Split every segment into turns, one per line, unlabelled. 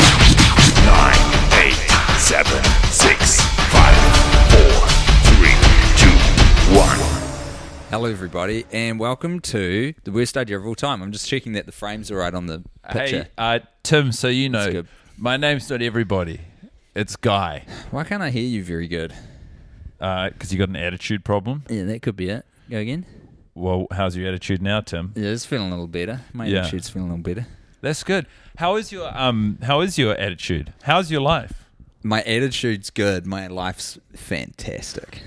nine, eight, seven, six, five, four, three, two, one.
Hello, everybody, and welcome to the worst idea of all time. I'm just checking that the frame's all right on the picture.
Hey, uh, Tim, so you
That's
know,
good.
my name's not everybody. It's Guy.
Why can't I hear you very good?
Because you got an attitude problem.
Yeah, that could be it. Go again.
Well, how's your attitude now, Tim?
Yeah, it's feeling a little better. My
Yeah.
attitude's feeling a little better.
That's good. How is your um? How is your attitude? How's your life?
My attitude's good. My life's fantastic.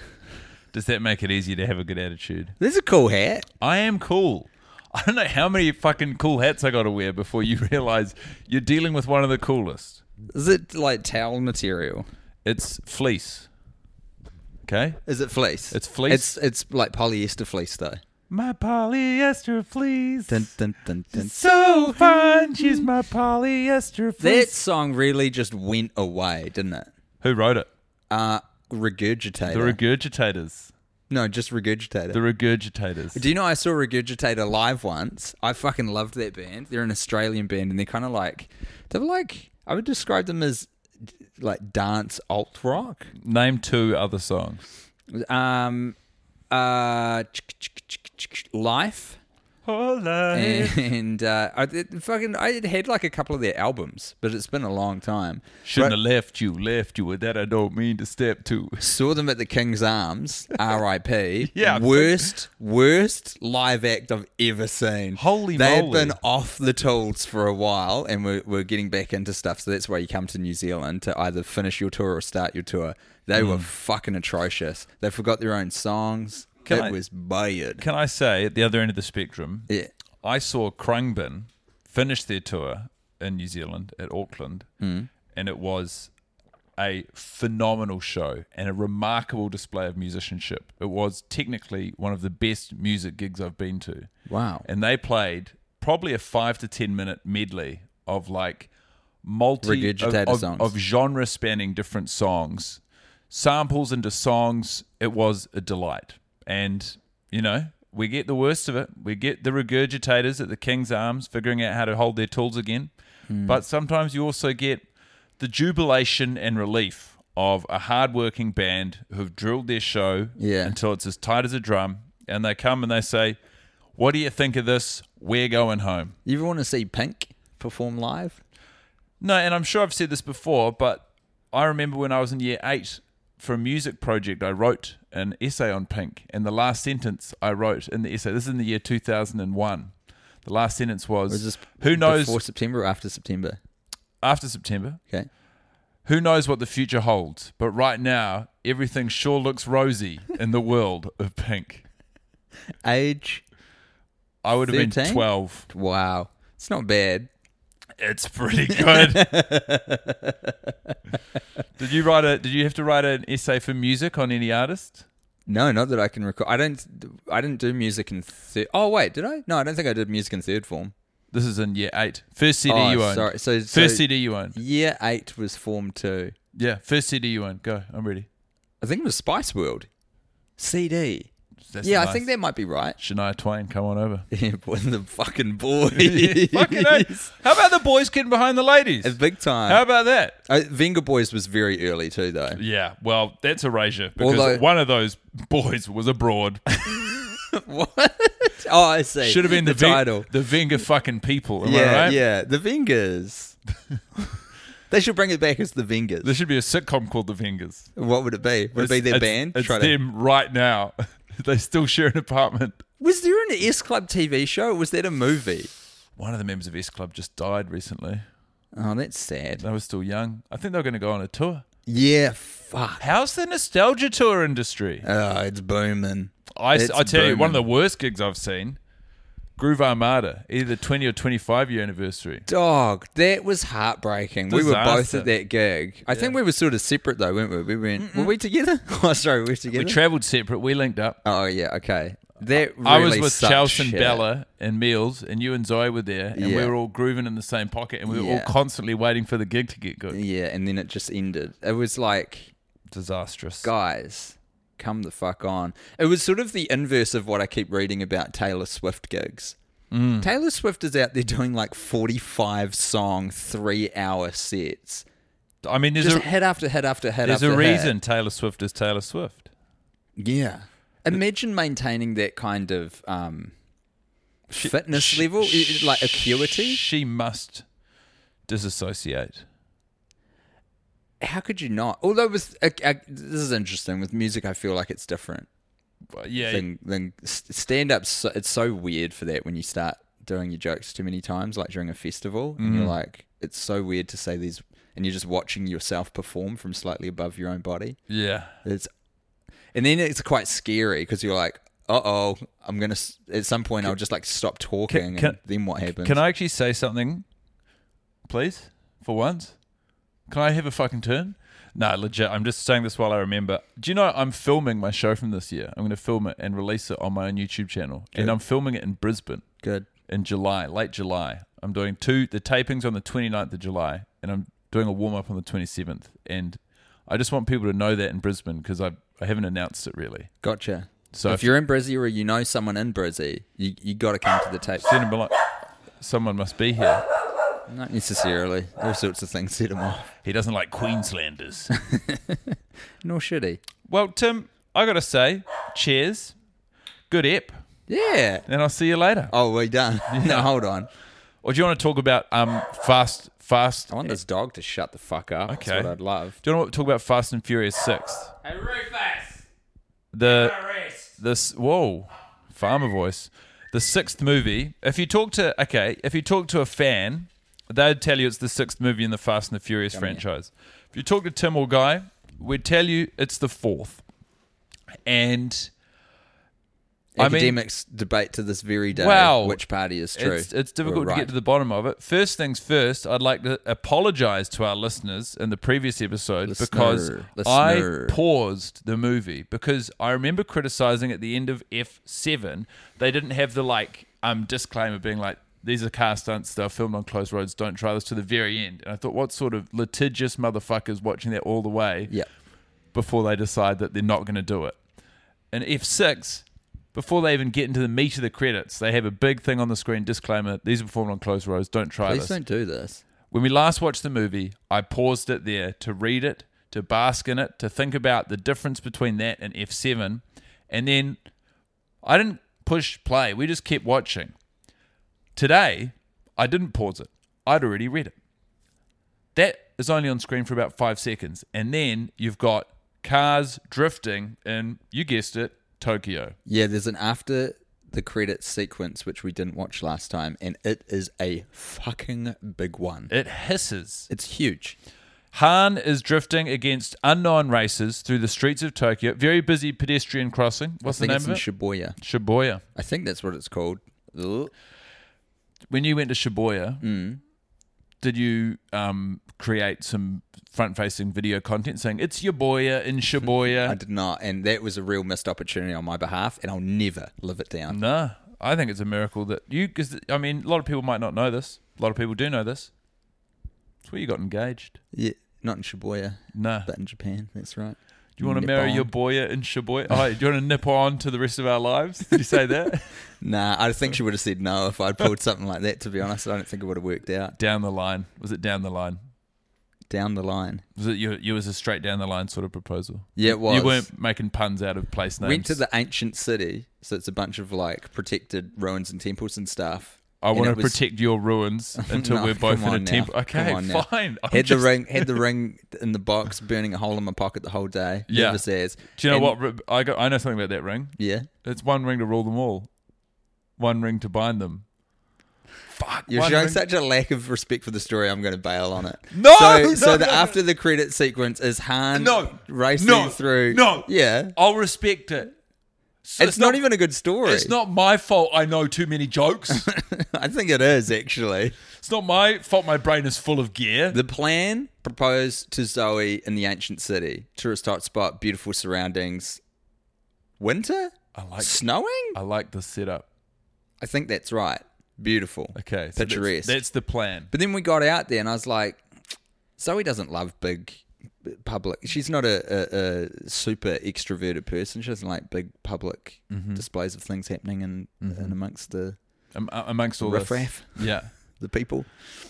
Does that make it easier to have a good attitude?
This is a cool hat.
I am cool. I don't know how many fucking cool hats I got to wear before you realize you're dealing with one of the coolest.
Is it like towel material?
It's fleece. Okay.
Is it fleece?
It's fleece.
It's it's like polyester fleece though.
My polyester fleece.
Dun, dun, dun, dun.
So fine, she's my polyester
That
fleece.
song really just went away, didn't it?
Who wrote it?
Uh regurgitator.
The regurgitators.
no, just regurgitator.
The regurgitators.
Do you know I saw Regurgitator live once? I fucking loved that band. They're an Australian band, and they're kind of like they're like I would describe them as like dance alt rock.
Name two other songs.
Um, uh, life
Oh,
and uh, I did fucking I had had like a couple of their albums, but it's been a long time.
Shouldn't
Right-
have left you, left you with that. I don't mean to step to.
Saw them at the King's Arms, R.I.P.
Yeah.
worst, worst live act I've ever seen.
Holy
They've
moly.
been off the tools for a while, and we're, we're getting back into stuff. So that's why you come to New Zealand to either finish your tour or start your tour. They
Mm.
were fucking atrocious. They forgot their own songs.
Can
it
I-
was weird.
Can I say at the other end of the spectrum,
yeah,
I saw Krungbin finish their tour in New Zealand at Auckland,
Hmm.
and it was a phenomenal show and a remarkable display of musicianship. It was technically one of the best music gigs I've been to.
Wow.
And they played probably a five to 10 minute medley of like multi of,
Regurgitator
of-
songs.
of genre spanning different songs, samples into songs. It was a delight. And, you know, we get the worst of it. We get the regurgitators at the King's Arms figuring out how to hold their tools again. But sometimes you also get the jubilation and relief of a hardworking band who've drilled their show
Yeah.
until it's as tight as a drum. And they come and they say, What do you think of this? We're going home.
you ever want to see Pink perform live?
No, and I'm sure I've said this before, but I remember when I was in year eight for a music project, I wrote an essay on Pink, and the last sentence I wrote in the essay, this is in the year 2001. The last sentence was,
Or is this
"Who knows
Before September or after September?
after September?
Okay.
Who knows what the future holds? But right now, everything sure looks rosy in the world of Pink."
Age.
I would have been
13?
12.
Wow. It's not bad.
It's pretty good. did you write a? Did you have to write an essay for music on any artist?
No, not that I can recall. I don't. I didn't do music in. Thir- oh wait, did I? No, I don't think I did music in third form.
This is in year eight. First CD
Oh,
you own.
sorry. So-
first
so-
CD you own.
Year eight was Form Two.
Yeah, first CD you own. Go. I'm ready.
I think it was Spice World CD.
That's
yeah, I
nice.
think that might be right.
Shania Twain, come on over.
Yeah, boy, the fucking
Yeah,
boys,
Fucking hell. How about the boys getting behind the ladies?
big time.
How about that?
Uh, Venga Boys was very early too, though.
Yeah, well, that's erasure because
Although-
one of those boys was abroad.
What? Oh, I see.
Should have been the, Ven-
title.
the Venga fucking people. Am
yeah,
I right?
yeah. The Vingers. they should bring it back as the Vingers.
There should be a sitcom called The Vengas.
what would it be? Would it be
It's-
their
it's-
band?
It's
Try to-
them right now. they still share an apartment.
Was there an S Club TV show? Or was that a movie?
One of the members of S Club just died recently.
Oh, that's sad.
They were still young. I think they were going to go on a tour.
Yeah, fuck.
How's the nostalgia tour industry?
Oh, it's booming.
I,
It's
I tell you, one of the
booming.
worst gigs I've seen, Groove Armada, either the 20 or 25 year anniversary.
Dog, that was heartbreaking. We were both
Disaster.
at that gig. I think we were sort of separate though, weren't we? We went. Were we together? Oh, sorry, we were together.
We travelled separate. We linked up.
oh yeah, okay. That really
I was with
sucked
Chelsea and
shit.
Bella and Meals, and you and Zoe were there, and we
Yeah.
were all grooving in the same pocket, and we were
Yeah.
all constantly waiting for the gig to get good.
Yeah, and then it just ended. It was like,
Disastrous.
guys, come the fuck on. It was sort of the inverse of what I keep reading about Taylor Swift gigs.
Mm.
Taylor Swift is out there doing like 45 song, three hour sets.
I mean, there's
Just
a
head after head after head
there's
after
a
head.
reason Taylor Swift is Taylor Swift.
Yeah. Imagine maintaining that kind of um, fitness
sh-
level, i- i- like acuity.
She must disassociate.
How could you not? Although with uh, uh, this is interesting with music, I feel like it's different.
Well, yeah,
than, than stand up. So, it's so weird for that when you start doing your jokes too many times, like during a festival, and
Mm.
you're like, it's so weird to say these, and you're just watching yourself perform from slightly above your own body.
yeah.
It's, and then it's quite scary because you're like, uh oh, I'm gonna s- at some point I'll just like stop talking, and
can-
then what happens?
Can I actually say something, please, for once? Can I have a fucking turn? No, legit. I'm just saying this while I remember. Do you know I'm filming my show from this year? I'm going to film it and release it on my own YouTube channel, and I'm filming it in Brisbane
Good.
in July, late July. I'm doing two the tapings on the 29th of July, and I'm doing a warm up on the 27th. And I just want people to know that in Brisbane because I I haven't announced it really.
Gotcha.
So
So if,
if-
you're in Brizzy or you know someone in Brizzy, you you got to come to the tape.
Then I'm like, someone must be here.
Not necessarily. All sorts of things set him off.
He doesn't like Queenslanders.
Nor should he.
Well, Tim, I gotta say, cheers. Good ep,
Yeah.
and I'll see you later.
Oh, we done. No, hold on.
Or do you want to talk about um fast fast?
I want this dog to shut the fuck up. Okay.
Okay.
That's what I'd love.
Do you want to talk about Fast and Furious Six?
Hey Rufus!
The
Rest!
this whoa, farmer voice. The sixth movie. If you talk to okay, if you talk to a fan, they'd tell you it's the sixth movie in the Fast and the Furious franchise. If you talk to Tim or Guy, we'd tell you it's the fourth. And I mean-
Academics debate to this very day
Wow.
which party is true.
It's, it's difficult
or
to
right.
get to the bottom of it. First things first, I'd like to apologize to our listeners in the previous episode
Listener,
because
listener.
I paused the movie because I remember criticizing at the end of F7, they didn't have the like um disclaimer being like, these are car stunts. They're filmed on closed roads. Don't try this to the very end. And I thought, what sort of litigious motherfuckers watching that all the way?
Yeah.
before they decide that they're not going to do it. And F6, before they even get into the meat of the credits, they have a big thing on the screen disclaimer these are performed on closed roads, don't try
Please
this.
don't do this.
When we last watched the movie, I paused it there to read it, to bask in it, to think about the difference between that and F7. And then I didn't push play, we just kept watching. Today, I didn't pause it, I'd already read it. That is only on screen for about five seconds. And then you've got cars drifting in, you guessed it, Tokyo.
Yeah, there's an after the credits sequence which we didn't watch last time, and it is a fucking big one.
It hisses.
It's huge.
Han is drifting against unknown races through the streets of Tokyo. Very busy pedestrian crossing. What's
I
the
think
name
it's
of
in
it?
Shibuya.
Shibuya.
I think that's what it's called. Ugh.
When you went to Shibuya,
Mm.
did you um, create some front-facing video content saying it's your boya in
I
Shibuya?
did not, and that was a real missed opportunity on my behalf, and I'll never live it down.
no, I think it's a miracle that you, because I mean, a lot of people might not know this. A lot of people do know this. It's where you got engaged.
Yeah, not in Shibuya,
No.
but in Japan. That's right.
Do you want to marry your boya in Shibuya? Oh, do you want to nip on to the rest of our lives? Did you say that?
Nah, I think she would have said no if I'd pulled something like that. To be honest, I don't think it would have worked out.
down the line. Was it down the line?
Down the line,
Was it you? You was a straight down the line sort of proposal.
Yeah, it was.
You weren't making puns out of place names.
went to the ancient city, so it's a bunch of like protected ruins and temples and stuff.
I
And
want
it
to
was-
protect your ruins until
No,
we're both
come
in a
on now,
temple.
come
Okay,
on now.
fine. I'm
had
just-
the ring, had the ring in the box, burning a hole in my pocket the whole day.
Yeah.
Never says.
Do you know
And-
what? Rib- I got. I know something about that ring.
Yeah,
It's one ring to rule them all. One ring to bind them. Fuck.
You're
one
showing
ring-
such a lack of respect for the story. I'm going to bail on it.
No,
So,
no,
so the
no.
after the credit sequence is Han
No.
racing
No.
through.
No.
Yeah.
I'll respect it. So
It's, not, even a good story.
It's not my fault. I know too many jokes.
I think it is actually.
it's not my fault. My brain is full of gear.
The plan proposed to Zoe in the ancient city, tourist hot spot, beautiful surroundings. Winter?
I like.
Snowing?
I like the setup.
I think that's right. Beautiful.
Okay, so that's-
Picturesque.
That's, the plan.
But then we got out there, and I was like, Zoe doesn't love big public. She's not a, a, a super extroverted person. She doesn't like big public displays of things happening in, in amongst the
Am- amongst all this.
riffraff,
Yeah.
the people.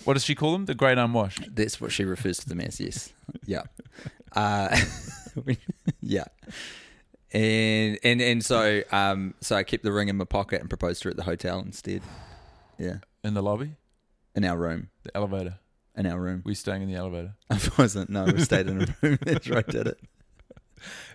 What does she call them? The great unwashed.
That's what she refers to them as. Yes. Yeah. Uh, yeah. And and and so um so I kept the ring in my pocket and proposed to her at the hotel instead. Yeah.
In the lobby?
In our room.
The elevator.
In our room.
We staying in the elevator.
I wasn't. No, we stayed in a room. That's where I did it.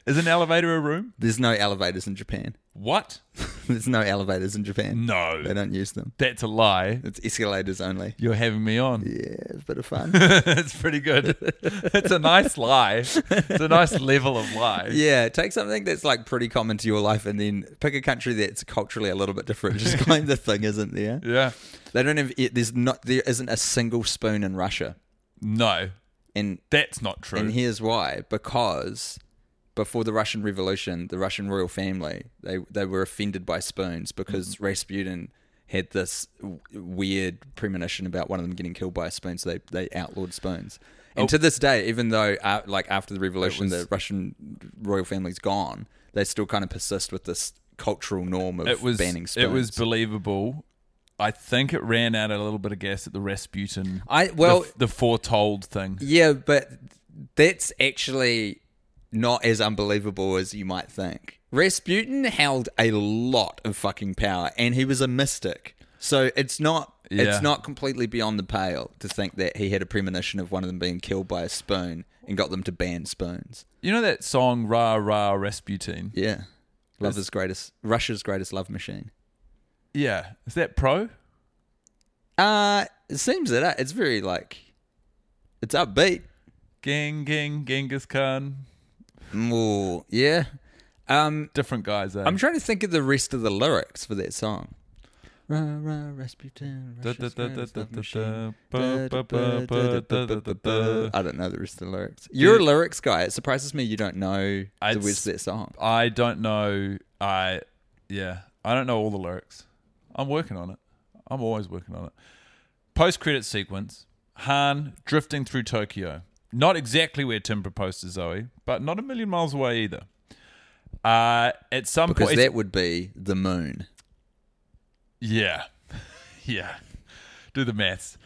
Is an elevator a room?
There's no elevators in Japan.
What?
There's no elevators in Japan.
No.
They don't use them.
That's a lie.
It's escalators only.
You're having me on.
Yeah, it's a bit of fun.
That's pretty good. It's a nice lie. It's a nice level of lie.
yeah, take something that's like pretty common to your life and then pick a country that's culturally a little bit different. Just claim the thing isn't there.
Yeah.
They don't have it, there's not there isn't a single spoon in Russia.
No.
And
That's not true.
and here's why. Because before the Russian Revolution, the Russian royal family, they they were offended by spoons because
Mm-hmm.
Rasputin had this w- weird premonition about one of them getting killed by a spoon, so they, they outlawed spoons.
Oh.
And to this day, even though uh, like after the revolution, the Russian royal family's gone, they still kind of persist with this cultural norm of
it was
banning spoons.
it was believable. I think it ran out a little bit of gas at the Rasputin.
I- well-
the, the foretold thing.
yeah, but that's actually not as unbelievable as you might think. Rasputin held a lot of fucking power, and he was a mystic. So it's not
Yeah.
it's not completely beyond the pale to think that he had a premonition of one of them being killed by a spoon and got them to ban spoons.
You know that song "Ra Ra Rasputin."
Yeah, love is greatest Russia's greatest love machine.
Yeah, is that pro?
Uh it seems that it's very like it's upbeat.
Gang, gang, Genghis Khan.
Ooh, yeah. Um,
Different guys. Eh?
I'm trying to think of the rest of the lyrics for that song. Ra, ra, Rasputin, Russia's greatest love machine. Da, da, ba, da, da, ba, ba, ba. I don't know the rest of the lyrics. You're a lyrics guy. It surprises me you don't know the
I'd
words to that song.
I don't know. I yeah, I don't know all the lyrics. I'm working on it. I'm always working on it. Post credit sequence: Han drifting through Tokyo. Not exactly where Tim proposed to Zoe, but not a million miles away either. Uh, at some
Because
point,
that would be the moon.
Yeah. Yeah. Do the maths.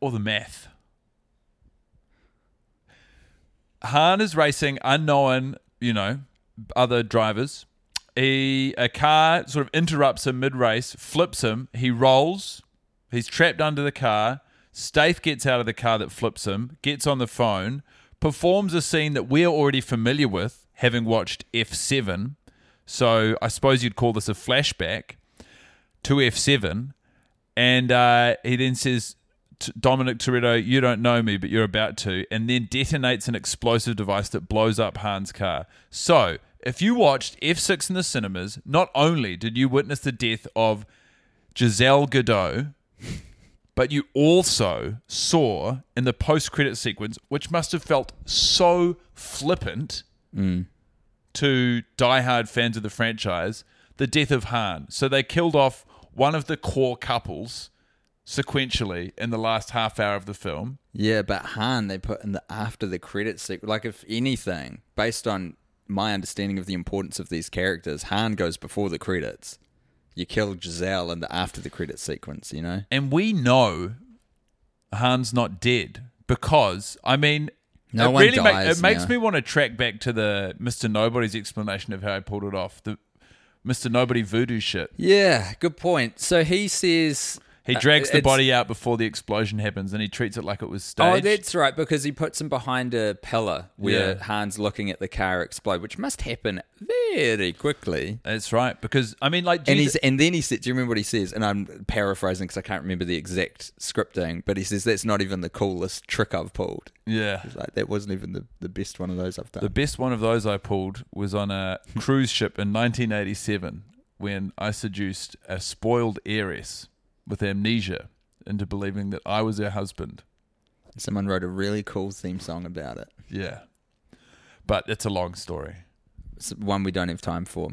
Or the math. Han is racing unknown, you know, other drivers. He, a car sort of interrupts him mid race, flips him. He rolls. He's trapped under the car. Staith gets out of the car that flips him, gets on the phone, performs a scene that we're already familiar with, having watched F7. So I suppose you'd call this a flashback to F7, and uh, he then says, "T- Dominic Toretto, you don't know me, but you're about to, and then detonates an explosive device that blows up Han's car. So, if you watched F6 in the cinemas, not only did you witness the death of Giselle Godot, but you also saw in the post credit sequence, which must have felt so flippant to die-hard fans of the franchise, the death of Han. So they killed off one of the core couples sequentially in the last half hour of the film.
Yeah, but Han they put in the after the credits sequ- like if anything, based on my understanding of the importance of these characters, Han goes before the credits. You kill Giselle in the after the credits sequence, you know?
And we know Han's not dead because, I mean,
No
it
one
really ma-
dies
it makes
now.
me want to track back to the Mr. Nobody's explanation of how he pulled it off. The Mr. Nobody voodoo shit.
Yeah, good point. So he says
He
uh,
drags the
it's-
body out before the explosion happens and he treats it like it was staged.
Oh, that's right, because he puts him behind a pillar where
Yeah.
Han's looking at the car explode, which must happen very quickly.
That's right. Because, I mean, like,
And
Jesus-
he's and then he said, "Do you remember what he says?" And I'm paraphrasing because I can't remember the exact scripting, but he says that's not even the coolest trick I've pulled.
yeah.
It's like that wasn't even the, the best one of those I've done.
The best one of those I pulled was on a cruise ship in 1987 when I seduced a spoiled heiress with amnesia into believing that I was her husband.
Someone wrote a really cool theme song about it.
Yeah. But it's a long story.
It's one we don't have time for.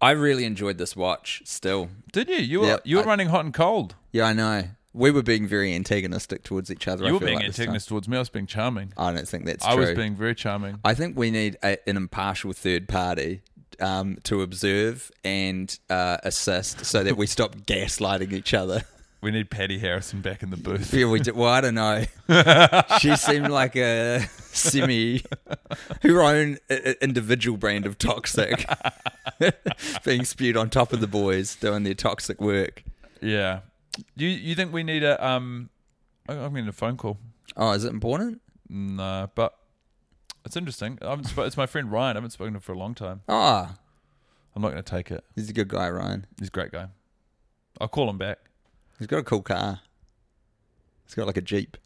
I really enjoyed this watch still.
Did you? You were
Yep,
you were
I-
running hot and cold.
Yeah, I know. We were being very antagonistic towards each other. I
You were
feel
being
like this time.
antagonist towards me. I was being charming.
I don't think that's
I
true.
was being very charming.
I think we need a, an impartial third party um, to observe and uh, assist so that we stop gaslighting each other.
We need Patty Harrison back in the booth.
Yeah, we did. Well, I don't know. she seemed like a semi, her own i- i- individual brand of toxic, being spewed on top of the boys doing their toxic work.
Yeah. You you think we need a um I- I'm getting a phone call.
Oh, is it important?
No, but it's interesting. I haven't sp- it's my friend Ryan. I haven't spoken to him for a long time.
Oh,
I'm not going to take it.
he's a good guy, Ryan.
He's a great guy. I'll call him back.
He's got a cool car. He's got like a jeep.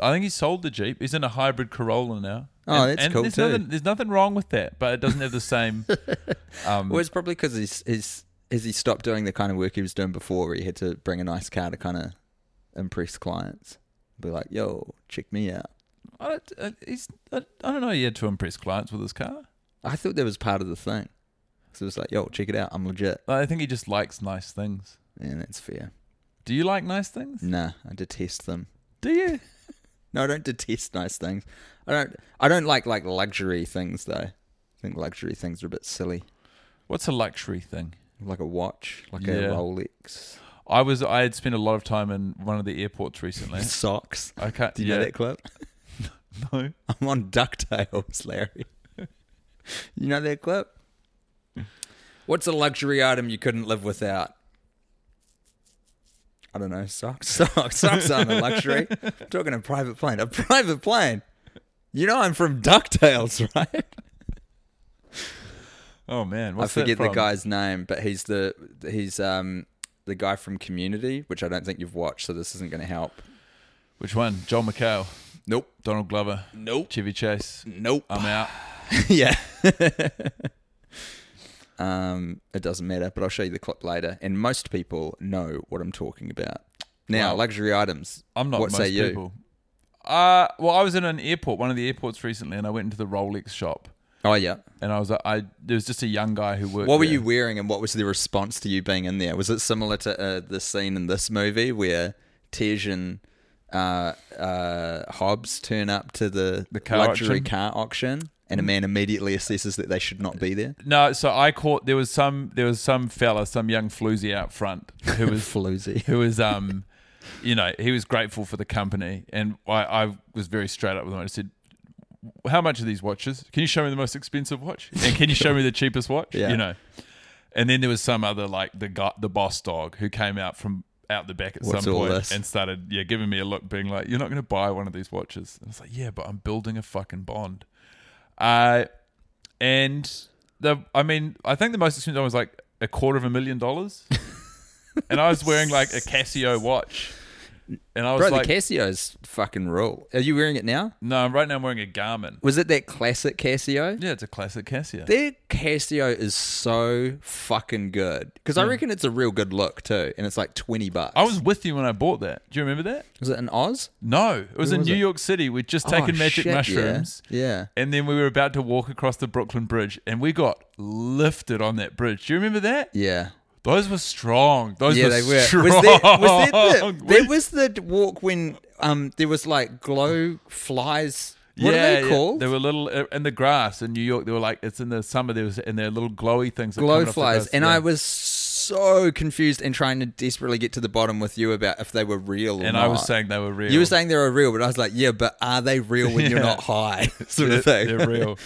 I think he sold the Jeep. He's in a hybrid Corolla now.
Oh, that's cool
there's
too.
Nothing, there's nothing wrong with that, but it doesn't have the same. Um,
Well, it's probably because he's, he's has he stopped doing the kind of work he was doing before, where he had to bring a nice car to kind of impress clients. Be like, yo, check me out.
I, don't, uh, he's, I, I don't know. He had to impress clients with his car.
I thought that was part of the thing. So it's like, yo, check it out. I'm legit.
I think he just likes nice things.
Yeah, that's fair.
Do you like nice things?
Nah, I detest them.
Do you?
No, I don't detest nice things. I don't. I don't like like luxury things though. I think luxury things are a bit silly.
What's a luxury thing?
Like a watch, like
Yeah.
a Rolex,
I was. I had spent a lot of time in one of the airports recently.
socks.
I can't.
Do you
yeah,
know that clip?
No.
I'm on Ducktales, Larry. you know that clip? What's a luxury item you couldn't live without? I don't know. Socks. Socks. Socks aren't a luxury. I'm talking a private plane. A private plane. You know I'm from Ducktales, right?
Oh man, what's that
I forget the
from?
guy's name, but he's the he's um the guy from Community, which I don't think you've watched, so this isn't going to help.
Which one? John McHale,
Nope.
Donald Glover,
Nope.
Chevy Chase.
Nope.
I'm out.
yeah. um, it doesn't matter, but I'll show you the clip later. And most people know what I'm talking about. Now,
Wow.
luxury items.
I'm not
What
most
say you?
people. Uh, well, I was in an airport, one of the airports recently, and I went into the Rolex shop,
Oh yeah.
and I was like, I there was just a young guy who worked.
What were
there.
you wearing, and what was the response to you being in there? Was it similar to uh, the scene in this movie where Tej and uh, uh, Hobbs turn up to the,
The car
luxury
auction? Mm.
car auction, and a man immediately assesses that they should not be there?
No, so I caught there was some there was some fella, some young floozy out front who was
Floozy.
who was um, you know, he was grateful for the company, and I, I was very straight up with him. I said, "How much are these watches? Can you show me the most expensive watch? And can you show me the cheapest watch?
Yeah.
You know." And then there was some other like the guy, the boss dog who came out from out the back at
What's
some
all
point
this?
and started yeah giving me a look, being like, "You're not going to buy one of these watches." And I was like, "Yeah, but I'm building a fucking bond." Uh, and the I mean, I think the most expensive one was like a quarter of a million dollars. and I was wearing like a Casio watch. And I was
Bro,
like,
the Casio's fucking rule. Are you wearing it now?
no, right now I'm wearing a Garmin.
Was it that classic Casio?
Yeah, it's a classic Casio.
Their Casio is so fucking good because I reckon it's a real good look too, and it's like twenty bucks.
Hmm. I was with you when I bought that. Do you remember that?
was it in Oz?
No, it was
Where
in
was
New
it?
York City. We'd just
Oh,
taken magic
shit, yeah.
mushrooms.
Yeah.
And then we were about to walk across the Brooklyn Bridge and we got lifted on that bridge. Do you remember that?
Yeah. Those,
Those were strong. Those
yeah,
were
they were.
strong.
Was there, was there, the,
We-
there was the walk when um there was like glow flies.
yeah,
What are
yeah.
they called?
They were little uh, in the grass in New York. They were like it's in the summer. There was and they're little glowy things. that come
glow
off the
flies,
grass,
and
yeah.
I was so confused and trying to desperately get to the bottom with you about if they were real or
and
not.
I was saying they were real.
You were saying they were real, but I was like, yeah, but are they real when you're
Yeah.
not high? Sort
they're,
of thing.
they're real.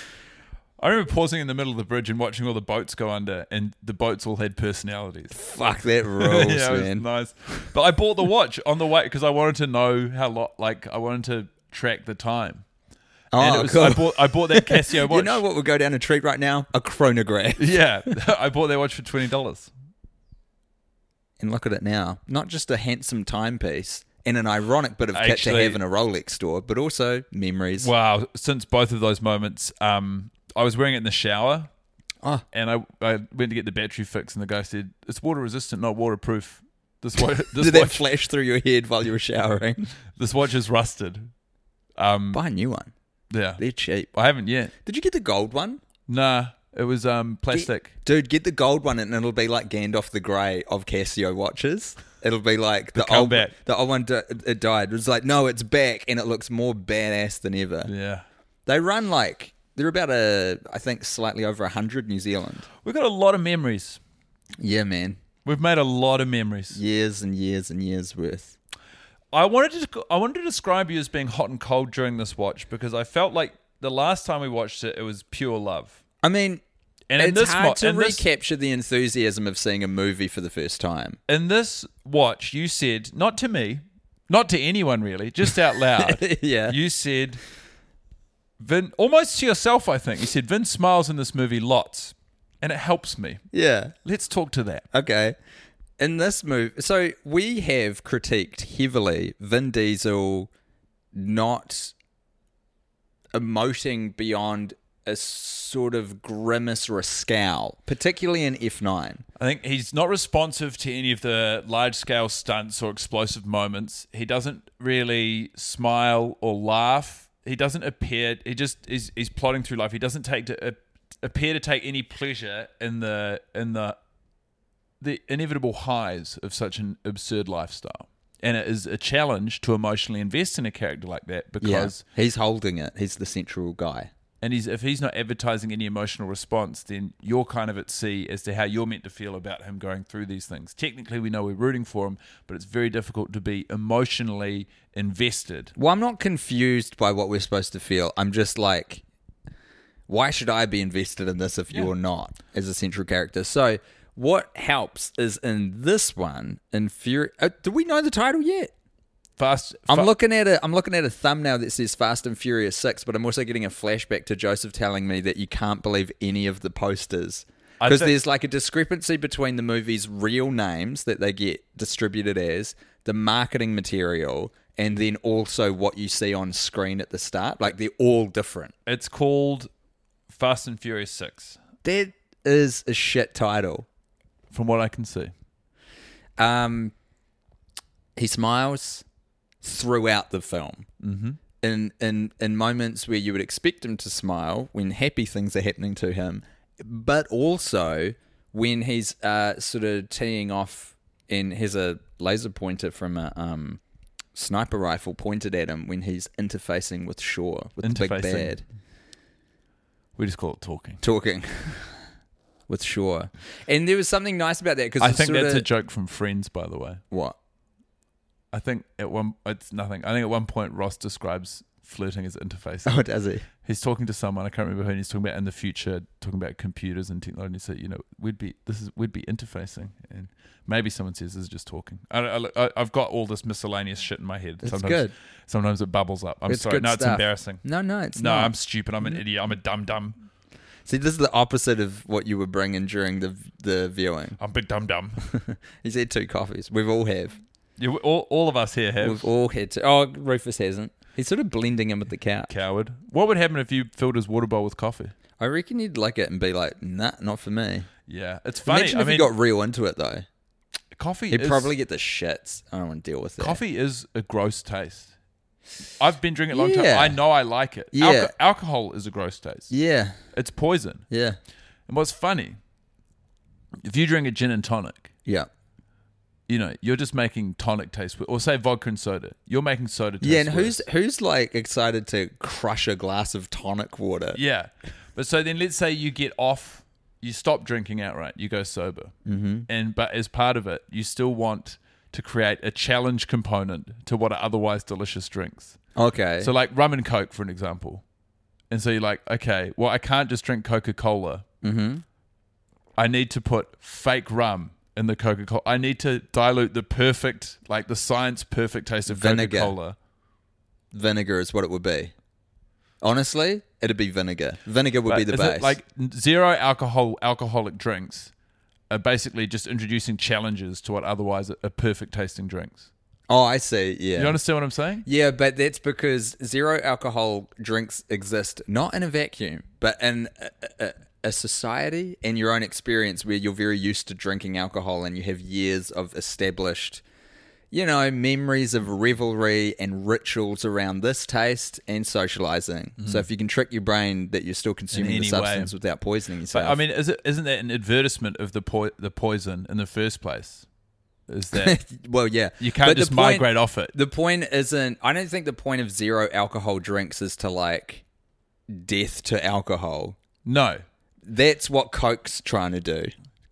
I remember pausing in the middle of the bridge and watching all the boats go under, and the boats all had personalities.
Fuck that rules,
yeah, it was
man.
nice. But I bought the watch on the way because I wanted to know how lot. Like I wanted to track the time.
oh,
and it was,
cool.
I bought I bought that Casio watch.
You know what would go down a treat right now? A chronograph.
Yeah, I bought that watch for twenty dollars.
and look at it now. Not just a handsome timepiece and an ironic bit of kit to
Actually-
have in a Rolex store, but also memories.
Wow! Since both of those moments, um, I was wearing it in the shower,
Ah.
and I, I went to get the battery fixed, and the guy said it's water resistant, not waterproof. This watch, this
Did that
watch,
flash through your head while you were showering?
this watch is rusted. Um,
Buy a new one.
yeah,
They're cheap.
I haven't yet.
Did you get the gold one?
Nah, it was um plastic.
Get- dude, get the gold one and it'll be like Gandalf the Grey of Casio watches. It'll be like the, old
comeback.
the old one di- it died. It was like, no, it's back and it looks more badass than ever.
yeah,
They run like they're about a I think slightly over 100 New Zealand.
we've got a lot of memories.
Yeah, man.
We've made a lot of memories.
Years and years and years worth.
I wanted to I wanted to describe you as being hot and cold during this watch because I felt like the last time we watched it, it was pure love.
I mean,
And
it's
in this
hard
mo-
to
in this-
recapture the enthusiasm of seeing a movie for the first time.
in this watch, you said, not to me, not to anyone really, just out loud.
Yeah.
You said, Vin, almost to yourself, I think. You said, Vin smiles in this movie lots, and it helps me.
Yeah.
Let's talk to that.
Okay. In this move, so we have critiqued heavily Vin Diesel not emoting beyond a sort of grimace or a scowl, particularly in F9.
I think he's not responsive to any of the large scale stunts or explosive moments. He doesn't really smile or laugh. He doesn't appear. He just is. He's plodding through life. He doesn't take to uh, appear to take any pleasure in the in the the inevitable highs of such an absurd lifestyle. And it is a challenge to emotionally invest in a character like that because
He's holding it. He's the central guy.
and he's if he's not advertising any emotional response, then you're kind of at sea as to how you're meant to feel about him going through these things. Technically, we know we're rooting for him, but it's very difficult to be emotionally invested.
Well, I'm not confused by what we're supposed to feel. I'm just like, why should I be invested in this if you're not as a central character? So, what helps is in this one, in Fury. Uh, do we know the title yet?
Fast,
I'm
fa-
looking at a I'm looking at a thumbnail that says Fast and Furious Six, but I'm also getting a flashback to Joseph telling me that you can't believe any of the posters
I
because
thi-
there's like a discrepancy between the movie's real names that they get distributed as the marketing material and then also what you see on screen at the start. Like they're all different.
It's called Fast and Furious Six,
That is a shit title.
from what I can see.
Um, he smiles throughout the film. Mm-hmm. In in in moments where you would expect him to smile when happy things are happening to him, but also when he's uh, sort of teeing off and has a laser pointer from a um, sniper rifle pointed at him when he's interfacing with Shaw with the big
Interfacing.
bad
We just call it talking.
talking. With Shaw, and there was something nice about that because
I think that's a joke from Friends, by the way.
what
I think at one, it's nothing. I think at one point Ross describes flirting as interfacing.
oh does he
he's talking to someone I can't remember who and he's talking about in the future, talking about computers and technology. So you know, we'd be this is we'd be interfacing, and maybe someone says this is just talking. I, don't- I, have got all this miscellaneous shit in my head.
That's
sometimes,
good.
Sometimes it bubbles up. I'm
It's
sorry.
good
No, it's
stuff.
embarrassing.
No, no, it's
No,
not.
I'm stupid. I'm an idiot. I'm a dumb dumb.
See, this is the opposite of what you were bringing during the the viewing.
I'm big dumb dumb.
He's had two coffees. We've all have.
You, all, all of us here have.
We've all had to. Oh, Rufus hasn't. He's sort of blending in with the couch.
Coward. What would happen if you filled his water bowl with coffee?
I reckon you'd like it and be like, nah, not for me.
Yeah, it's funny.
Imagine
I
if
mean,
he got real into it though.
coffee.
He'd
is,
probably get the shits. I don't want to deal with that.
coffee is a gross taste. I've been drinking it a long
Yeah.
time. I know I like it.
Yeah.
Alco- alcohol is a gross taste.
Yeah,
It's poison.
yeah,
And what's funny, if you drink a gin and tonic,
yeah,
you know you're just making tonic taste, wo- or say vodka and soda. You're making soda taste.
yeah. And
worse.
who's who's like excited to crush a glass of tonic water?
Yeah. But so then let's say you get off, you stop drinking outright, you go sober. Mm-hmm. And but as part of it, you still want to create a challenge component to what are otherwise delicious drinks.
Okay.
So like rum and coke for an example. And so you're like, okay, well I can't just drink Coca-Cola. Mhm.
Mm-hmm.
I need to put fake rum in the Coca-Cola. I need to dilute the perfect like the science perfect taste of
Vinegar.
Coca-Cola.
vinegar is what it would be. Honestly, it'd be vinegar. Vinegar would
But
be the
is
base.
It like n- zero alcohol alcoholic drinks are basically just introducing challenges to what otherwise are perfect tasting drinks.
oh, I see. Yeah.
You understand what I'm saying?
Yeah, but that's because zero alcohol drinks exist not in a vacuum, but in a, a, a society and your own experience where you're very used to drinking alcohol and you have years of established, you know, memories of revelry and rituals around this taste and socializing. So if you can trick your brain that you're still consuming the
Mm-hmm. any
substance
way.
without poisoning yourself,
But I mean, is it, isn't that an advertisement of the po- the poison in the first place? Is that
well, yeah,
You can't
But the
just migrate off it.
The point isn't. I don't think the point of zero alcohol drinks is to like death to alcohol.
no?
That's what Coke's trying to do.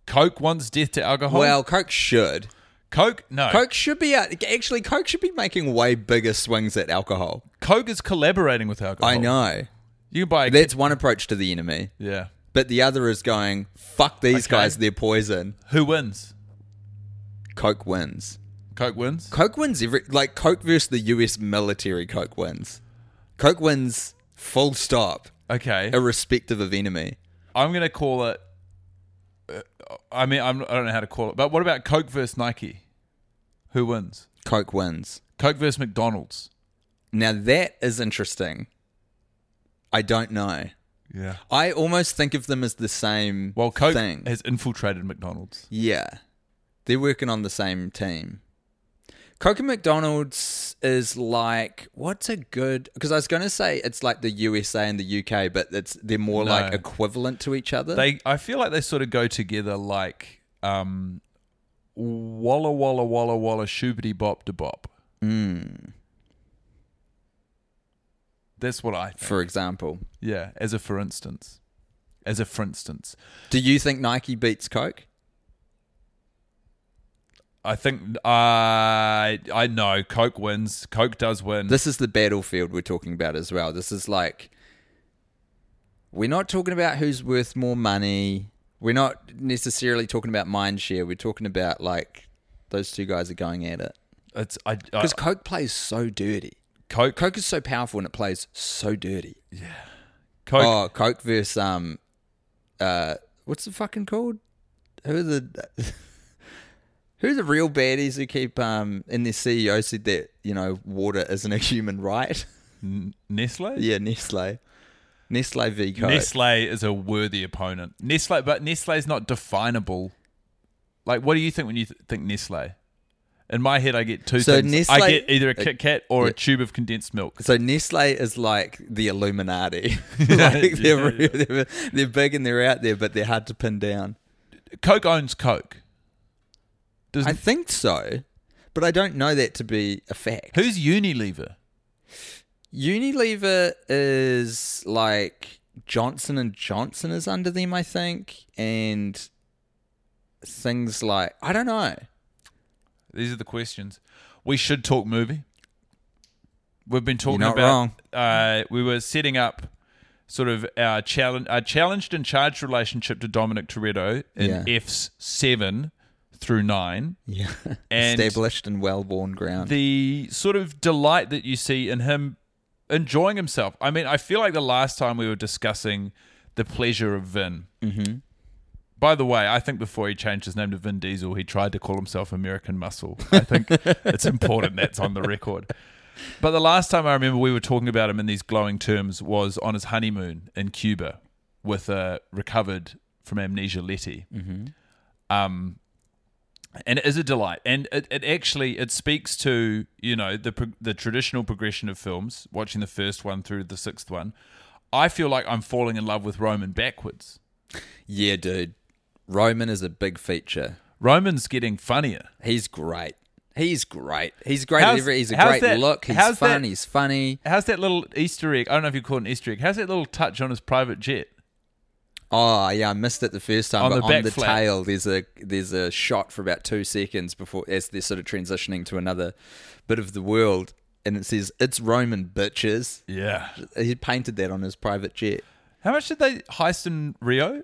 Coke wants death to alcohol.
Well, Coke should.
Coke no. Coke,
Coke should be out. Actually, Coke should be making way bigger swings at alcohol.
is collaborating with alcohol.
I know.
You can buy a,
That's one approach to the enemy.
yeah.
But the other is going, fuck these
Okay.
guys, they're poison.
Who wins?
Coke wins.
Coke wins.
Coke wins every. Like, Coke versus the US military, Coke wins. Coke wins full stop,
Okay.
irrespective of enemy.
I'm gonna call it. uh, I mean, I'm, I don't know how to call it, but what about Coke versus Nike? Who wins?
Coke wins.
Coke versus McDonald's.
Now, that is interesting. I don't know.
Yeah.
I almost think of them as the same
Well, Coke
thing.
has infiltrated McDonald's.
Yeah. They're working on the same team. Coke and McDonald's is like what's a good because I was going to say it's like the USA and the UK, but it's they're more
No.
like equivalent to each other.
They, I feel like they sort of go together like um, Walla Walla Walla Walla Shoobity Bop De Bop.
Hmm.
That's what I think.
for example,
yeah, as a for instance, as a for instance,
do you think Nike beats Coke?
I think I I know Coke wins. Coke does win.
This is the battlefield we're talking about as well. This is like we're not talking about who's worth more money. We're not necessarily talking about mind share. We're talking about like those two guys are going at it.
It's I, I
Because Coke plays so dirty.
Coke, Coke,
Coke is so powerful and it plays so dirty.
Coke.
Oh, Coke versus um, uh, what's the fucking called? Who are the who are the real baddies who keep um? And their CEO said that you know water isn't a human right.
Nestle.
yeah, Nestle, Nestle v Coke.
Nestle is a worthy opponent. Nestle, but Nestle is not definable. Like, what do you think when you th- think Nestle? In my head, I get two
So
things.
Nestle-
I get either a Kit Kat or
Yeah.
a tube of condensed milk.
So Nestle is like the Illuminati. like they're,
Yeah,
They're, they're big and they're out there, but they're hard to pin down.
Coke owns Coke. Does
I think so, but I don't know that to be a fact.
who's Unilever?
Unilever is like Johnson and Johnson is under them, I think, and things like I don't know.
These are the questions. We should talk movie. We've been talking
not
about.
wrong.
Uh, we were setting up sort of our challenge, our challenged and charged relationship to Dominic Toretto in
Yeah.
F's seven through nine.
Yeah,
And-
established and well-worn ground.
the sort of delight that you see in him enjoying himself. I mean, I feel like the last time we were discussing the pleasure of Vin, mm-hmm. By the way, I think before he changed his name to Vin Diesel, he tried to call himself American Muscle. I think it's important that's on the record. But the last time I remember we were talking about him in these glowing terms was on his honeymoon in Cuba with a recovered from amnesia Letty. Mm-hmm. Um, and it is a delight and it, it actually it speaks to you know the pro- the traditional progression of films watching the first one through the sixth one i feel like i'm falling in love with roman backwards
Yeah, dude. Roman is a big feature.
roman's getting funnier
He's great. He's great. He's great. at
How's-
every, he's a
how's
great
that-
look. He's
how's
fun.
that-
He's funny.
how's that little easter egg i don't know if you call it an easter egg how's that little touch on his private jet
Oh yeah, I missed it the first time.
On
but
the
on
back
the
flap.
tail, there's a there's a shot for about two seconds before as they're sort of transitioning to another bit of the world, and it says it's Roman bitches.
yeah
He painted that on his private jet.
how much did they heist in rio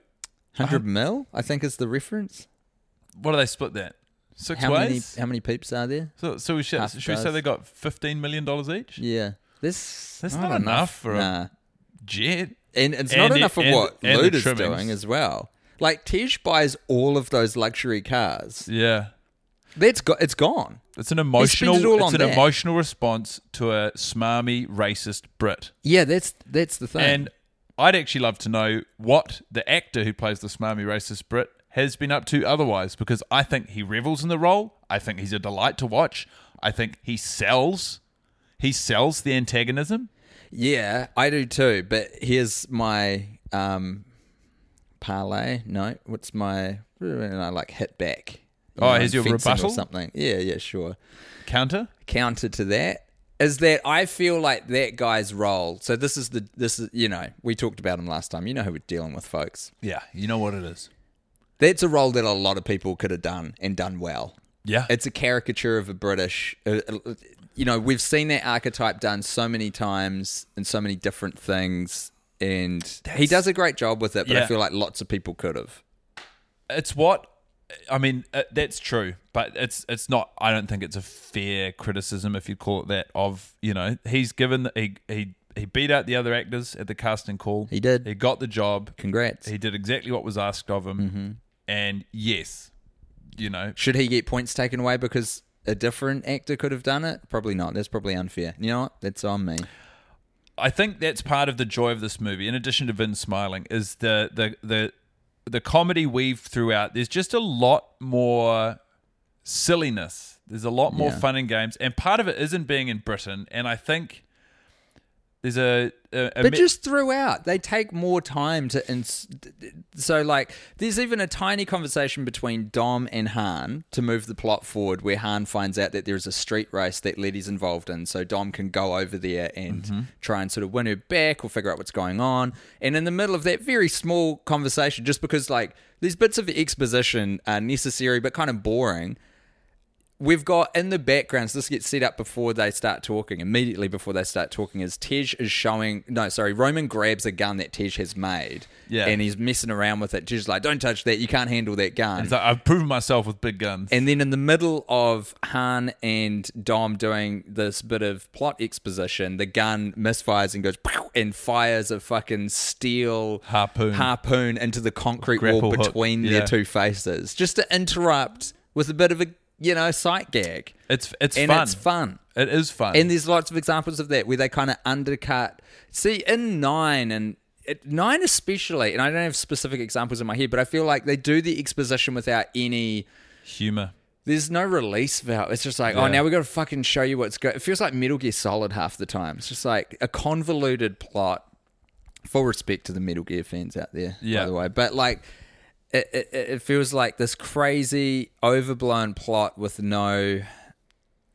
Uh-huh.
Hundred mil, I think, is the reference.
what do they split that six
How many
ways
how many peeps are there?
so, so we should,
Half a
should we say
dozen.
they got 15 million dollars each
Yeah, this
That's
I
not
don't know.
enough for a-
nah.
jet
And it's
And
not
the-
enough of
and-
what
and the
Luda's
trimmings.
doing as well. Like Tej buys all of those luxury cars.
yeah
That's go- it's gone.
It's an emotional.
it all
it's
on
an
that.
emotional response to a smarmy racist Brit.
Yeah, that's that's the thing.
And I'd actually love to know what the actor who plays the smarmy racist Brit has been up to otherwise, because I think he revels in the role. I think he's a delight to watch. I think he sells. He sells the antagonism.
yeah, I do too. But here's my um parlay. No, what's my and I like hit back.
Oh,
You know,
here's your
fencing
rebuttal?
or something. Yeah, yeah, sure.
Counter.
counter to that is that I feel like that guy's role. So this is the this is you know we talked about him last time. You know who we're dealing with, folks.
Yeah, you know what it is.
That's a role that a lot of people could have done and done well.
Yeah,
It's a caricature of a British. uh, uh, You know, we've seen that archetype done so many times in so many different things, and he does a great job with it. But I
Yeah.
feel like lots of people could have.
it's what I mean. Uh, that's true, but it's it's not. I don't think it's a fair criticism if you call it that. Of you know, he's given he he he beat out the other actors at the casting call.
He did.
He got the job.
Congrats.
He did exactly what was asked of him.
Mm-hmm.
And yes, you know,
Should he get points taken away because a different actor could have done it? Probably not. That's probably unfair. You know what? That's on me.
I think that's part of the joy of this movie. In addition to Vin smiling, is the the the the comedy weave throughout. There's just a lot more silliness. There's a lot more
Yeah.
fun and games, and part of it isn't being in Britain. And I think there's a, a, a
but
me-
just throughout they take more time to ins- d- d- so like there's even a tiny conversation between dom and han to move the plot forward where han finds out that there is a street race that letty's involved in so dom can go over there and try and sort of win her back or figure out what's going on and in the middle of that very small conversation just because like these bits of exposition are necessary but kind of boring we've got in the backgrounds this gets set up before they start talking immediately before they start talking is tej is showing no sorry roman grabs a gun that tej has made
Yeah.
and he's messing around with it tej's like don't touch that you can't handle that gun
it's like, I've proven myself with big guns.
and then in the middle of han and dom doing this bit of plot exposition the gun misfires and goes "Pow," and fires a fucking steel
Harpoon.
harpoon into the concrete
Grapple
wall
hook,
between
yeah.
their two faces just to interrupt with a bit of a you know sight gag
it's it's
and
fun.
it's fun.
It is fun.
And there's lots of examples of that where they kind of undercut. See, in nine and it, nine especially, and I don't have specific examples in my head, but I feel like they do the exposition without any.
humor.
There's no release valve. It's just like, oh,
Yeah.
now we got to fucking show you what's good. It feels like Metal Gear Solid half the time. It's just like a convoluted plot. Full respect to the Metal Gear fans out there,
Yeah.
by the way, but like. It, it, it feels like this crazy, overblown plot with no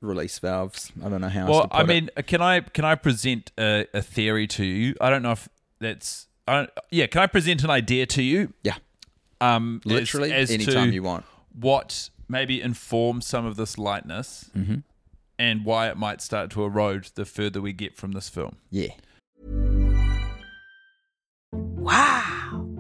release valves. I don't know how. else
Well,
to put
I
it.
mean, can I can I present a, a theory to you? I don't know if that's. I don't, yeah, can I present an idea to you?
Yeah.
Um, as-
Literally
as,
anytime
to
you want.
What maybe informs some of this lightness
Mm-hmm.
and why it might start to erode the further we get from this film.
Yeah.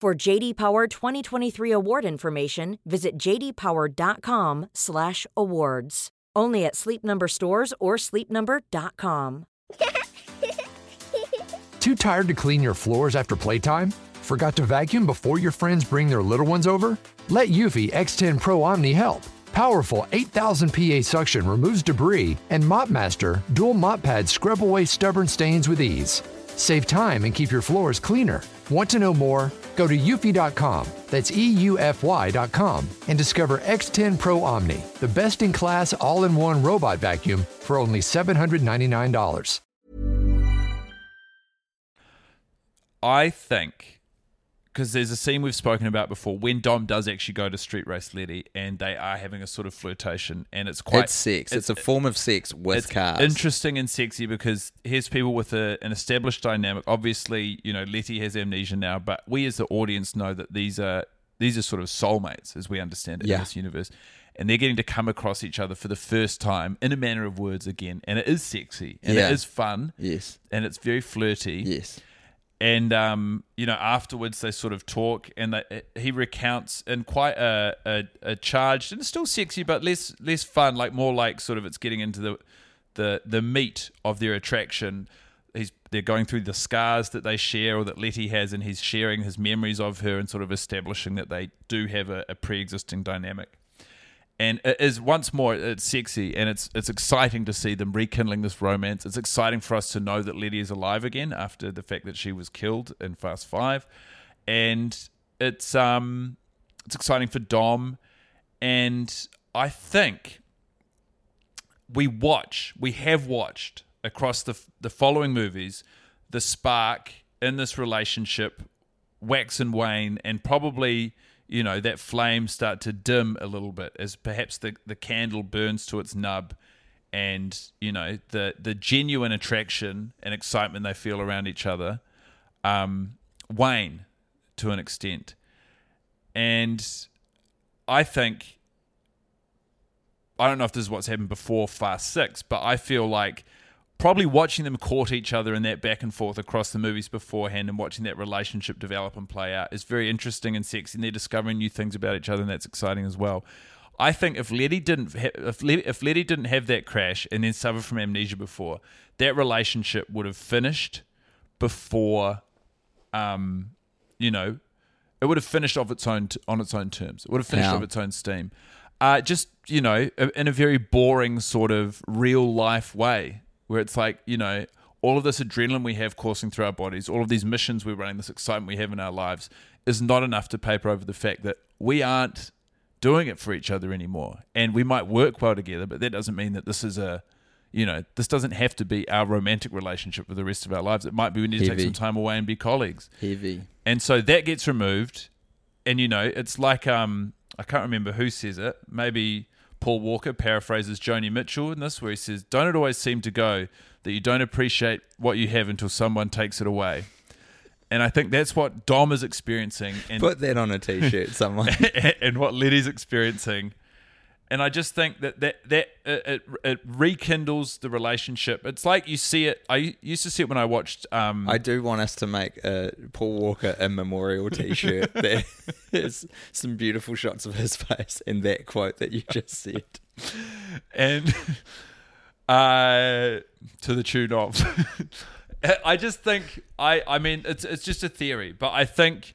For JD Power 2023 award information, visit jdpower.com/awards. Only at Sleep Number stores or sleepnumber.com.
Too tired to clean your floors after playtime? Forgot to vacuum before your friends bring their little ones over? Let Eufy X10 Pro Omni help. Powerful 8000 PA suction removes debris, and Mop Master dual mop pads scrub away stubborn stains with ease. Save time and keep your floors cleaner. Want to know more? Go to eufy.com, that's E E-U-F-Y.com, and discover X10 Pro Omni, the best-in-class all-in-one robot vacuum for only $799.
I think because there's a scene we've spoken about before when Dom does actually go to Street Race Letty and they are having a sort of flirtation and it's quite
it's sex. It's, a form of sex with
it's
cars.
interesting and sexy because here's people with a, an established dynamic. Obviously, you know Letty has amnesia now, but we as the audience know that these are these are sort of soulmates as we understand it
Yeah.
in this universe, and they're getting to come across each other for the first time in a manner of words again, and it is sexy and
Yeah.
it is fun,
Yes.
and it's very flirty,
Yes.
and um, you know afterwards they sort of talk and they, he recounts in quite a, a, a charged and still sexy but less less fun like more like sort of it's getting into the the the meat of their attraction he's they're going through the scars that they share or that Letty has and he's sharing his memories of her and sort of establishing that they do have a, a pre-existing dynamic and it is once more it's sexy and it's it's exciting to see them rekindling this romance. It's exciting for us to know that Letty is alive again after the fact that she was killed in Fast Five, and it's um it's exciting for Dom, and I think we watch, we have watched across the the following movies, the spark in this relationship wax and wane, and probably you know that flame start to dim a little bit as perhaps the the candle burns to its nub, and you know the the genuine attraction and excitement they feel around each other, um, wane to an extent, and I think I don't know if this is what's happened before Fast Six, but I feel like probably watching them court each other in that back and forth across the movies beforehand and watching that relationship develop and play out is very interesting and sexy. And they're discovering new things about each other, and that's exciting as well. I think if Letty didn't ha- if Letty, if Letty didn't have that crash and then suffer from amnesia before, that relationship would have finished before, um, you know, it would have finished of its own t- on its own terms. It would have finished
How?
of its own steam. Uh, just you know, i- in a very boring sort of real life way, where it's like you know, all of this adrenaline we have coursing through our bodies, all of these missions we're running, this excitement we have in our lives, is not enough to paper over the fact that we aren't doing it for each other anymore. And we might work well together, but that doesn't mean that this is a you know, this doesn't have to be our romantic relationship for the rest of our lives. It might be we need to take
Heavy.
some time away and be colleagues.
Heavy.
And so that gets removed, and you know, it's like um, I can't remember who says it. Maybe Paul Walker paraphrases Joni Mitchell in this, where he says, "Don't it always seem to go that you don't appreciate what you have until someone takes it away?" And I think that's what Dom is experiencing, and
Put that on a t-shirt, someone.
and what Letty's experiencing. And I just think that that that it, it, it rekindles the relationship. It's like you see it. I used to see it when I watched. Um,
I do want us to make a Paul Walker a memorial T-shirt that has some beautiful shots of his face and that quote that you just said.
and uh, to the tune of. I just think I. I mean, it's it's just a theory, but I think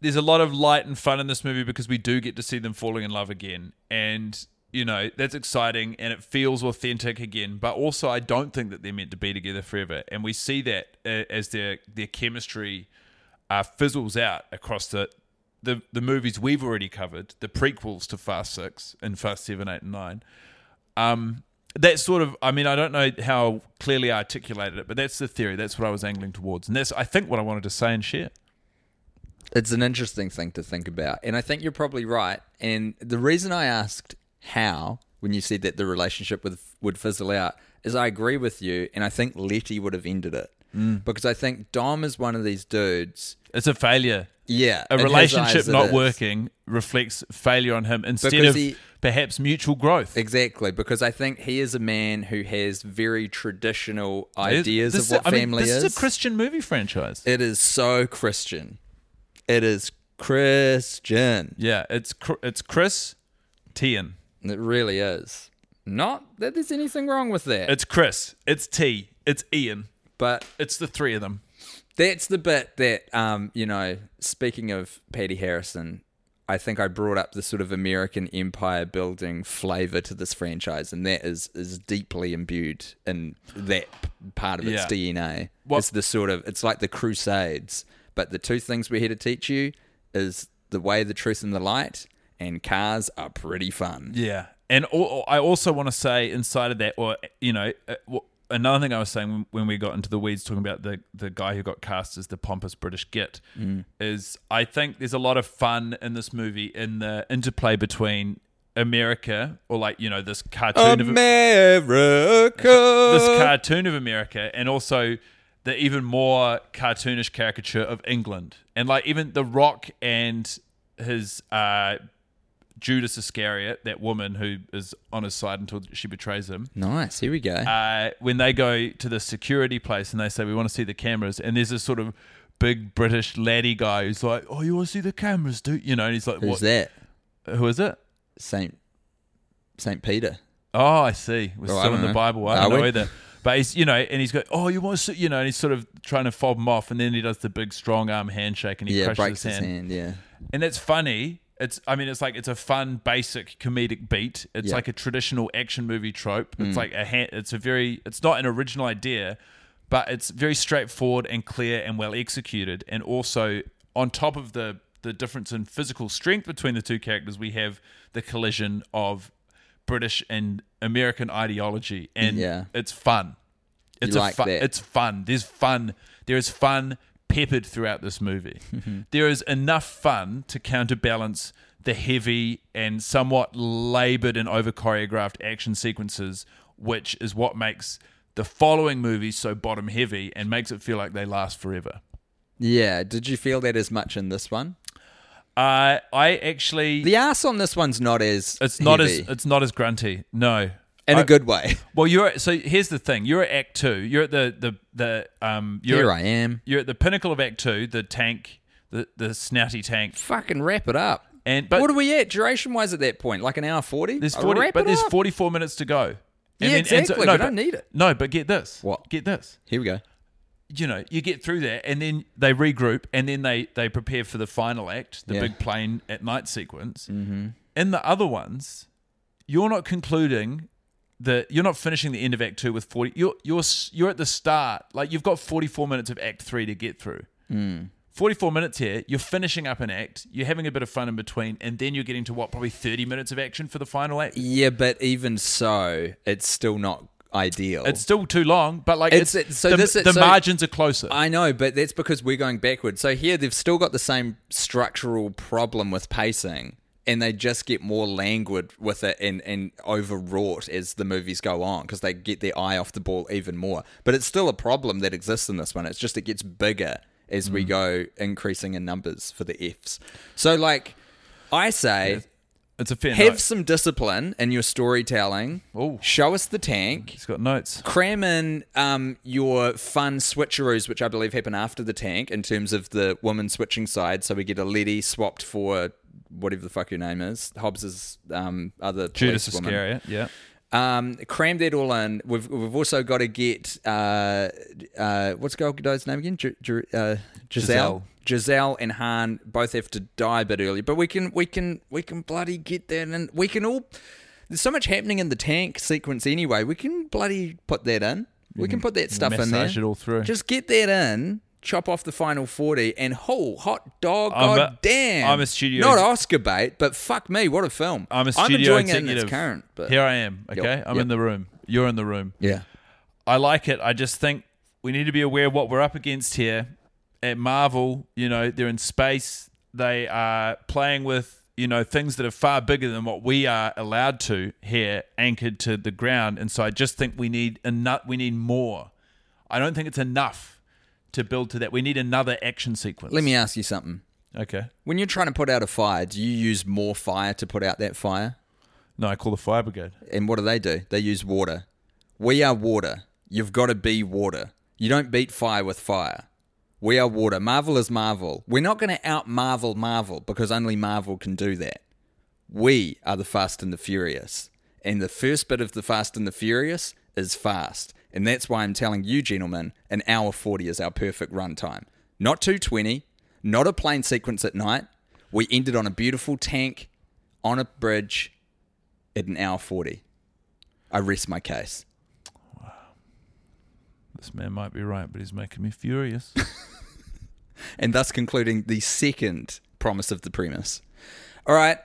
there's a lot of light and fun in this movie because we do get to see them falling in love again, and you know that's exciting and it feels authentic again. But also, I don't think that they're meant to be together forever, and we see that uh, as their their chemistry uh, fizzles out across the, the the movies we've already covered, the prequels to Fast Six and Fast Seven, Eight, and Nine. Um, that's sort of, I mean, I don't know how clearly I articulated it, but that's the theory. That's what I was angling towards, and that's I think what I wanted to say and share.
It's an interesting thing to think about. And I think you're probably right. And the reason I asked how when you said that the relationship with would fizzle out is I agree with you and I think Letty would have ended it. Because I think Dom is one of these dudes.
It's a failure.
Yeah.
A
in his
relationship
eyes it
not
is.
working reflects failure on him instead
Because
of
he-
perhaps mutual growth.
Exactly, because I think he is a man who has very traditional
It-
ideas
this
of what
I mean,
family
This is a Christian movie franchise.
It is so Christian. It is Christian.
yeah, it's Chr- it's Chris Tian.
It really is. Not that there's anything wrong with that.
It's Chris. It's T. It's Ian.
but
It's the three of them.
that's the bit that um, you know, speaking of Patty Harrison, I think I brought up the sort of American empire building flavor to this franchise, and that is is deeply imbued in that p- part of its
Yeah.
DNA.
What-
It's the sort of it's like the Crusades, but the two things we're here to teach you is the way, the truth, and the light. And cars are pretty fun.
Yeah, and al- I also want to say inside of that, or you know, uh, wh- another thing I was saying when- when we got into the weeds talking about the the guy who got cast as the pompous British git is I think there's a lot of fun in this movie in the interplay between America or like you know this cartoon
Um,
of
America.
this cartoon of America and also the even more cartoonish caricature of England. And like even The Rock and his uh, Judas Iscariot, that woman who is on his side until she betrays him.
Nice. Here we go.
Uh, when they go to the security place and they say, We want to see the cameras. And there's this sort of big British laddie guy who's like, Oh, you want to see the cameras, dude? You know, and he's like,
Who's
what?
that?
Who is it?
Saint Saint Peter.
Oh, I see. We're
Oh, I
still
don't
in the
know.
Bible. I
Are
don't know
we?
either. But he's, you know, and he's going, oh, you want to, you know, and he's sort of trying to fob him off, and then he does the big strong arm handshake, and he
yeah,
crushes
breaks his hand. Yeah.
and that's funny. It's, I mean, it's like it's a fun, basic comedic beat. It's
Yeah. Mm.
like a traditional action movie trope. It's like a, ha- it's a very, it's not an original idea, but it's very straightforward and clear and well executed. And also on top of the the difference in physical strength between the two characters, we have the collision of British and American ideology, and
Yeah.
it's fun. It's
You
a
like
fun,
that.
it's fun. There's fun. There is fun peppered throughout this movie. There is enough fun to counterbalance the heavy and somewhat labored and over choreographed action sequences, which is what makes the following movies so bottom heavy and makes it feel like they last forever.
Yeah. Did you feel that as much in this one?
Uh, I actually,
The ass on this one's not as
it's not
heavy,
as it's not as grunty. No,
in
a
a good way.
Well, you're so here's the thing. You're at Act Two. You're at the the the um. You're
Here I am.
You're at the pinnacle of Act Two. The tank, the the snouty tank,
Fucking wrap it up.
and but
what are we at duration wise at that point? Like an hour forty.
there's forty,
Wrap
but
it
there's
up.
forty four minutes to go.
Yeah, exactly. We
but-
don't need it.
No, but get this.
What?
Get this.
Here we go.
You know, you get through there, and then they regroup, and then they they prepare for the final act, the
Yeah.
big plane at night sequence. Mm-hmm. In the other ones, you're not concluding the you're not finishing the end of act 2 with 40 you're you're s- you're at the start like you've got 44 minutes of act 3 to get through
Mm.
44 minutes here you're finishing up an act you're having a bit of fun in between and then you're getting to what probably 30 minutes of action for the final act
Yeah, but even so, it's still not ideal.
it's still too long but like
It's-
it's,
it's- so
the,
this is-
the
so-
margins are closer
I know, but that's because we're going backwards. So here they've still got the same structural problem with pacing, and they just get more languid with it and, and overwrought as the movies go on because they get their eye off the ball even more. But it's still a problem that exists in this one. It's just it gets bigger as we go increasing in numbers for the Fs. So like I say
it's a fair
have
note.
some discipline in your storytelling.
Ooh.
Show us the tank
he's got notes
cram in um, your fun switcheroos, which I believe happen after the tank, in terms of the woman switching sides. So we get a Letty swapped for whatever the fuck your name is, Hobbs's um, other
Judas
police woman.
Iscariot yeah
Um, cram that all in. We've we've also got to get uh, uh, what's Gal Gadot's name again? G- G- uh, Giselle.
Giselle.
Giselle and Han both have to die a bit early, but we can we can we can bloody get that, and we can all. There's so much happening in the tank sequence
Mm-hmm.
anyway. We can bloody put that in. We can put that stuff in there.
massage it all through.
Just get that in chop off the final 40 and oh, hot dog,
I'm a-
god damn.
I'm a studio-
Not Oscar bait, but fuck me, what a film.
I'm a studio
enjoying
executive.
it in its current. But
Here I am. Okay, I'm
yep.
in the room. You're in the room.
Yeah.
I like it. I just think we need to be aware of what we're up against here. At Marvel, you know, they're in space. They are playing with, you know, things that are far bigger than what we are allowed to here, anchored to the ground. And so I just think we need enough. We need more. I don't think it's enough to build to that. We need another action sequence.
Let me ask you something.
Okay.
When you're trying to put out a fire, do you use more fire to put out that fire?
No, I call the fire brigade.
And what do they do? They use water. We are water. You've got to be water. You don't beat fire with fire. We are water. Marvel is Marvel. We're not going to out Marvel Marvel because only Marvel can do that. We are the Fast and the Furious. And the first bit of the Fast and the Furious is fast. And that's why I'm telling you, gentlemen, an hour 40 is our perfect run time. Not 220, not a plane sequence at night. We ended on a beautiful tank on a bridge at an hour 40. I rest my case.
This man might be right, but he's making me furious.
And thus concluding the second promise of the premise. All right,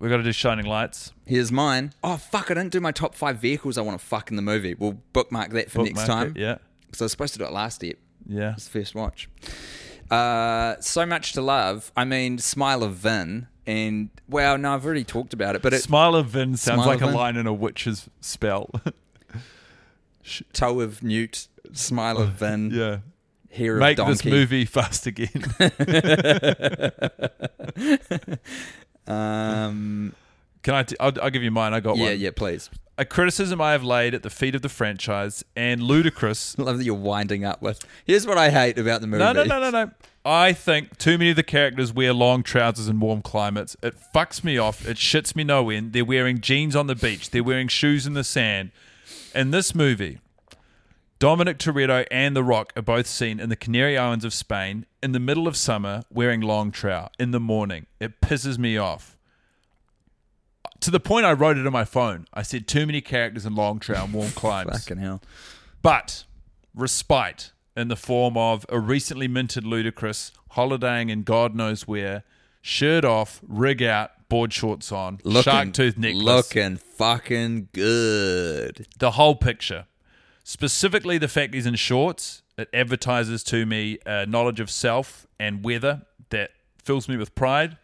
We've got to do shining lights.
here's mine. Oh, fuck, I didn't do my top five vehicles I want to fuck in the movie. We'll bookmark that for next
Bookmark
time.
it. Yeah.
Because I was supposed to do it last step.
Yeah.
It's the first watch. Uh, so much to love. I mean, Smile of Vin. And, well, no, I've already talked about it, but it's
Smile of Vin sounds
Smile
like
of
a
Vin.
line in a witch's spell.
Toe of Newt, Smile of Vin,
yeah.
Hair of
Make
Donkey.
this movie fast again.
Um,
Can I? T- I'll, I'll give you mine. I got
yeah,
one.
yeah, please.
A criticism I have laid at the feet of the franchise and ludicrous.
I love that you're winding up with. Here's what I hate about the movie.
No, no, no, no, no. I think too many of the characters wear long trousers in warm climates. It fucks me off. It shits me no end. They're wearing jeans on the beach. They're wearing shoes in the sand. In this movie, Dominic Toretto and The Rock are both seen in the Canary Islands of Spain in the middle of summer wearing long trow in the morning. It pisses me off. To the point I wrote it on my phone. I said too many characters in long trow and warm climbs
Fucking hell.
but respite in the form of a recently minted ludicrous holidaying in God knows where, shirt off, rig out, board shorts on, shark tooth necklace,
Looking fucking good.
the whole picture. Specifically, the fact he's in shorts, it advertises to me a knowledge of self and weather that fills me with pride.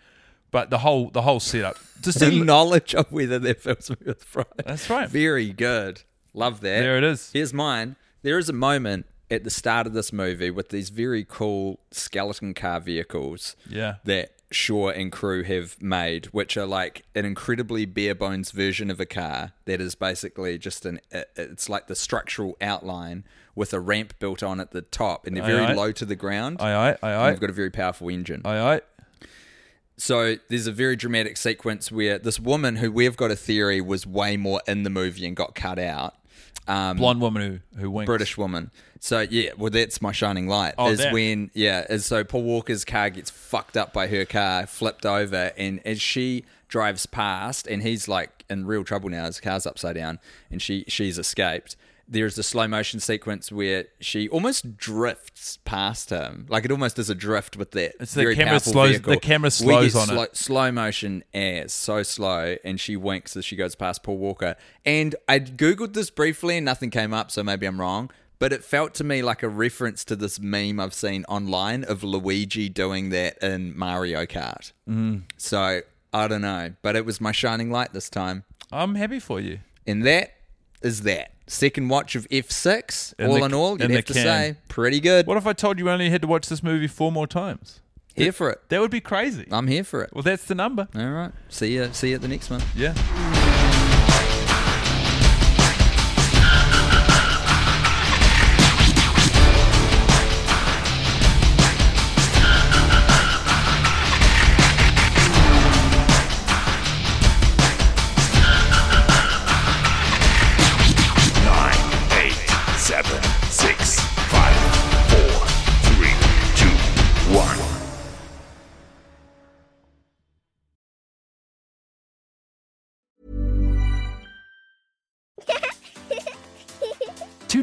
But the whole the whole setup, just
The
in,
knowledge of whether that fills me with pride.
That's right.
Very good. Love that.
There it is.
Here's mine. There is a moment at the start of this movie with these very cool skeleton car vehicles
yeah,
that Shaw and crew have made, which are like an incredibly bare bones version of a car that is basically just an it- it's like the structural outline with a ramp built on at the top, and they're very
Aye, aye.
low to the ground.
aye, aye, aye,
and
aye,
they've got a very powerful engine.
aye, aye.
So there's a very dramatic sequence where this woman, who we've got a theory was way more in the movie and got cut out, um,
Blonde woman who who winks.
British woman. So yeah, well that's my shining light.
Oh,
is
that.
when yeah, is so Paul Walker's car gets fucked up by her car, flipped over, and as she drives past, and he's like in real trouble now. His car's upside down, and she she's escaped. There's a slow motion sequence where she almost drifts past him, like it almost is a drift with that.
It's the
very
camera
powerful
slows-
vehicle.
the camera
We get
slows on it.
slow- slow motion ass, so slow, and she winks as she goes past Paul Walker. And I googled this briefly and nothing came up, so maybe I'm wrong. But it felt to me like a reference to this meme I've seen online of Luigi doing that in Mario Kart.
Mm-hmm.
Mm. So I don't know, but it was my shining light this time,
I'm happy for you.
and that is that second watch of F6.
In
all
the-
in all, you'd
in the
have to
can.
say pretty good.
What if I told you I only had to watch this movie four more times?
Here for it.
That would be crazy.
I'm here for it.
Well, that's the number.
All right. See you. See you at the next one.
Yeah.
Nine, eight, seven, six, five, four, three, two, one.
Too